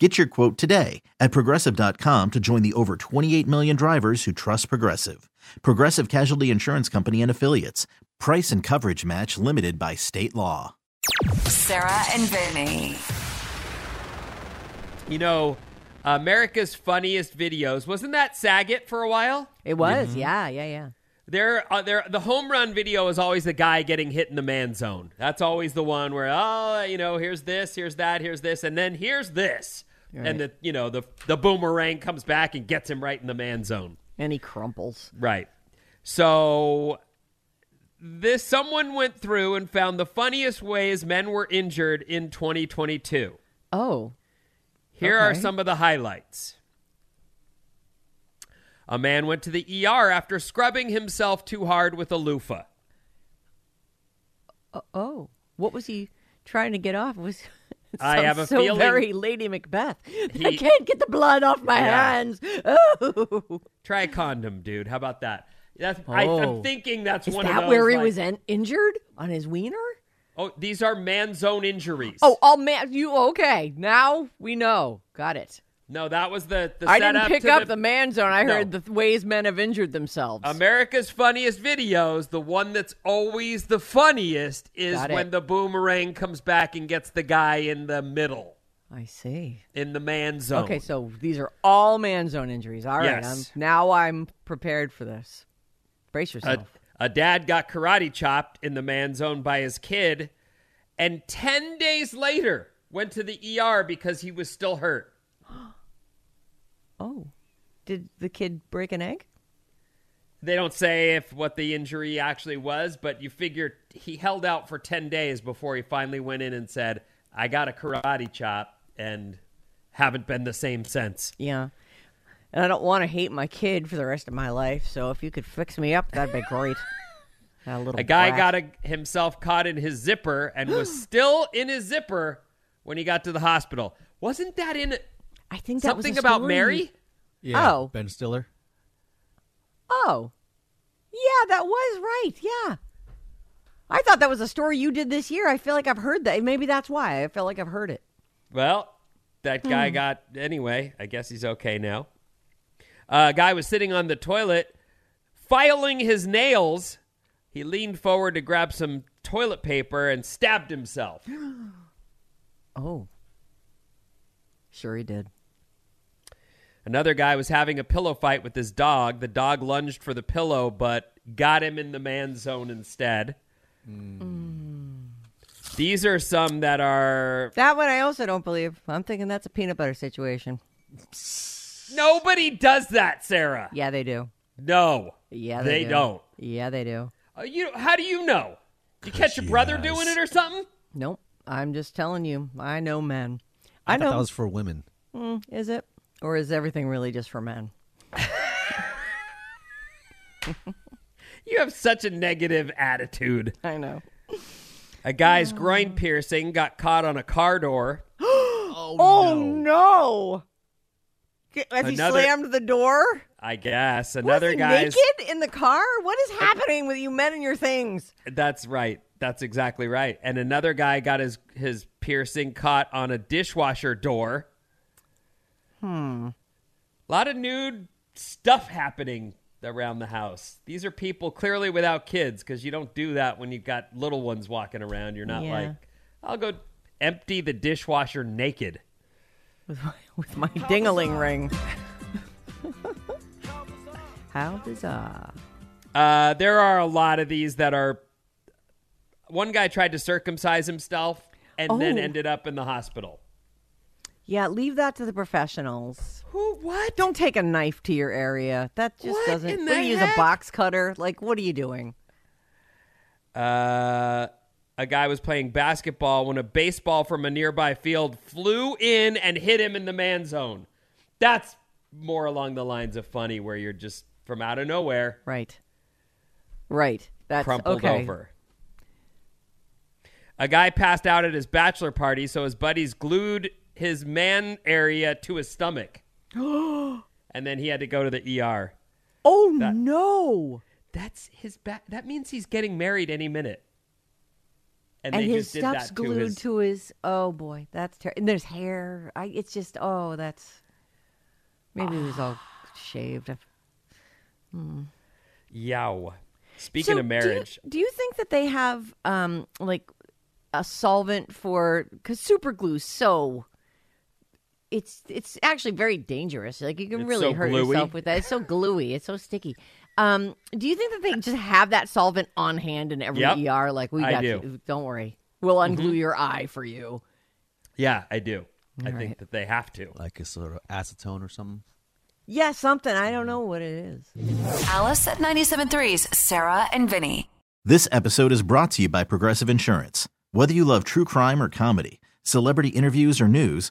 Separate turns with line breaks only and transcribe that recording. Get your quote today at progressive.com to join the over 28 million drivers who trust Progressive. Progressive Casualty Insurance Company and Affiliates. Price and coverage match limited by state law.
Sarah and Vinny.
You know, America's funniest videos. Wasn't that Saget for a while?
It was,
Mm-hmm.
yeah, yeah, yeah.
There, uh, there. The home run video is always the guy getting hit in the man zone. That's always the one where, oh, you know, here's this, here's that, here's this, and then here's this, and the, you know, the the boomerang comes back and gets him right in the man zone.
And he crumples.
Right. So this someone went through and found the funniest ways men were injured in 2022.
Oh,
Here are
Okay.
some of the highlights. A man went to the ER after scrubbing himself too hard with a loofah.
oh. What was he trying to get off? Was
I
sounds
have a
so
feeling-
very Lady Macbeth. I
He-
can't get the blood off my
Yeah.
hands. Oh,
Try a condom, dude. How about that? That's, I, I'm
Oh.
thinking that's
is
one of
that
those.
where he
like-
was in- injured on his wiener?
Oh, these are man zone injuries.
Oh, oh man, you okay? Now we know. Got it.
no, that was the. the
I didn't
setup
pick
to
up the, man zone. I
No.
heard the th- ways men have injured themselves.
America's funniest videos, the one that's always the funniest is
Got it.
when the boomerang comes back and gets the guy in the middle,
I see.
in the man zone.
Okay, so these are all man zone injuries. All right,
Yes.
I'm, now I'm prepared for this. Brace yourself.
a, a dad got karate chopped in the man zone by his kid, and 10 days later went to the ER because he was still hurt.
Oh, did the kid break an egg?
They don't say if what the injury actually was, but you figure he held out for 10 days before he finally went in and said, I got a karate chop and haven't been the same since.
Yeah. And I don't want to hate my kid for the rest of my life. So if you could fix me up, that'd be great. a little
A guy
brat.
got a, himself caught in his zipper and was still in his zipper when he got to the hospital. Wasn't that in
I think that was
something
a
about
story.
Mary?
Yeah.
Oh.
Ben Stiller.
Oh, yeah, that was right. Yeah. I thought that was a story you did this year. I feel like I've heard that. Maybe that's why I feel like I've heard it.
Well, that guy
Hmm.
got anyway. I guess he's okay now. Uh, guy was sitting on the toilet, filing his nails. He leaned forward to grab some toilet paper and stabbed himself.
Oh, sure he did.
Another guy was having a pillow fight with his dog. The dog lunged for the pillow, but got him in the man zone instead.
Hmm.
These are some that are
That one I also don't believe. I'm thinking that's a peanut butter situation.
nobody does that, Sarah.
Yeah, they do.
No,
Yeah, they,
They
do.
don't.
Yeah, they do.
Uh, you. How do you know? You catch your brother doing it or something?
Nope. I'm just telling you. I know men. I,
I,
know. Mm,
thought that was for women.
Is it? Or is everything really just for men?
You have such a negative attitude.
I know.
A guy's groin piercing got caught on a car door.
Oh, no. G- As he
Another-
slammed the door?
I guess
Was
another
he
guy's.
naked in the car? What is happening with you men and your things?
That's right. That's exactly right. And another guy got his his piercing caught on a dishwasher door. Hmm. A lot of nude stuff happening around the house. These are people clearly without kids because you don't do that when you've got little ones walking around. You're not
Yeah.
like, I'll go empty the dishwasher naked.
With my, with my dingaling ring. How bizarre.
Uh, there are a lot of these that are. One guy tried to circumcise himself and then
Oh.
ended up in the hospital.
Yeah, leave that to the professionals.
Who? What?
Don't take a knife to your area. That just
What
doesn't.
in
What do
the
you use
heck?
a box cutter? Like, what are you doing?
Uh, a guy was playing basketball when a baseball from a nearby field flew in and hit him in the man zone. That's more along the lines of funny, where you're just from out of nowhere.
Right. Right. That's
crumpled
okay.
over. A guy passed out at his bachelor party, so his buddies glued his man area to his stomach. and then he had to go to the ER.
Oh no!
That's his ba- that means he's getting married any minute.
And
they
his
just did
stuff's
that
glued
to his,
Oh boy, that's terrible. And there's hair. I. It's just. Oh, that's. Maybe it was all shaved. up.
yow. Speaking of
So do you-
marriage,
do you, think that they have um like a solvent for because super glue's so it's it's actually very dangerous. Like you can
It's
really
so
hurt
gluey.
yourself with that. It's so gluey. It's so sticky. Um, do you think that they just have that solvent on hand in every
Yep.
ER? Like we
I
got
do. Mm-hmm.
you. Don't worry. We'll unglue your eye for you.
yeah, I do. I think that they have to.
Like a sort of acetone or something.
Yeah, something.
Mm-hmm.
I don't know what it is.
Alice at 97.3's Sarah and Vinny.
This episode is brought to you by Progressive Insurance. Whether you love true crime or comedy, celebrity interviews or news,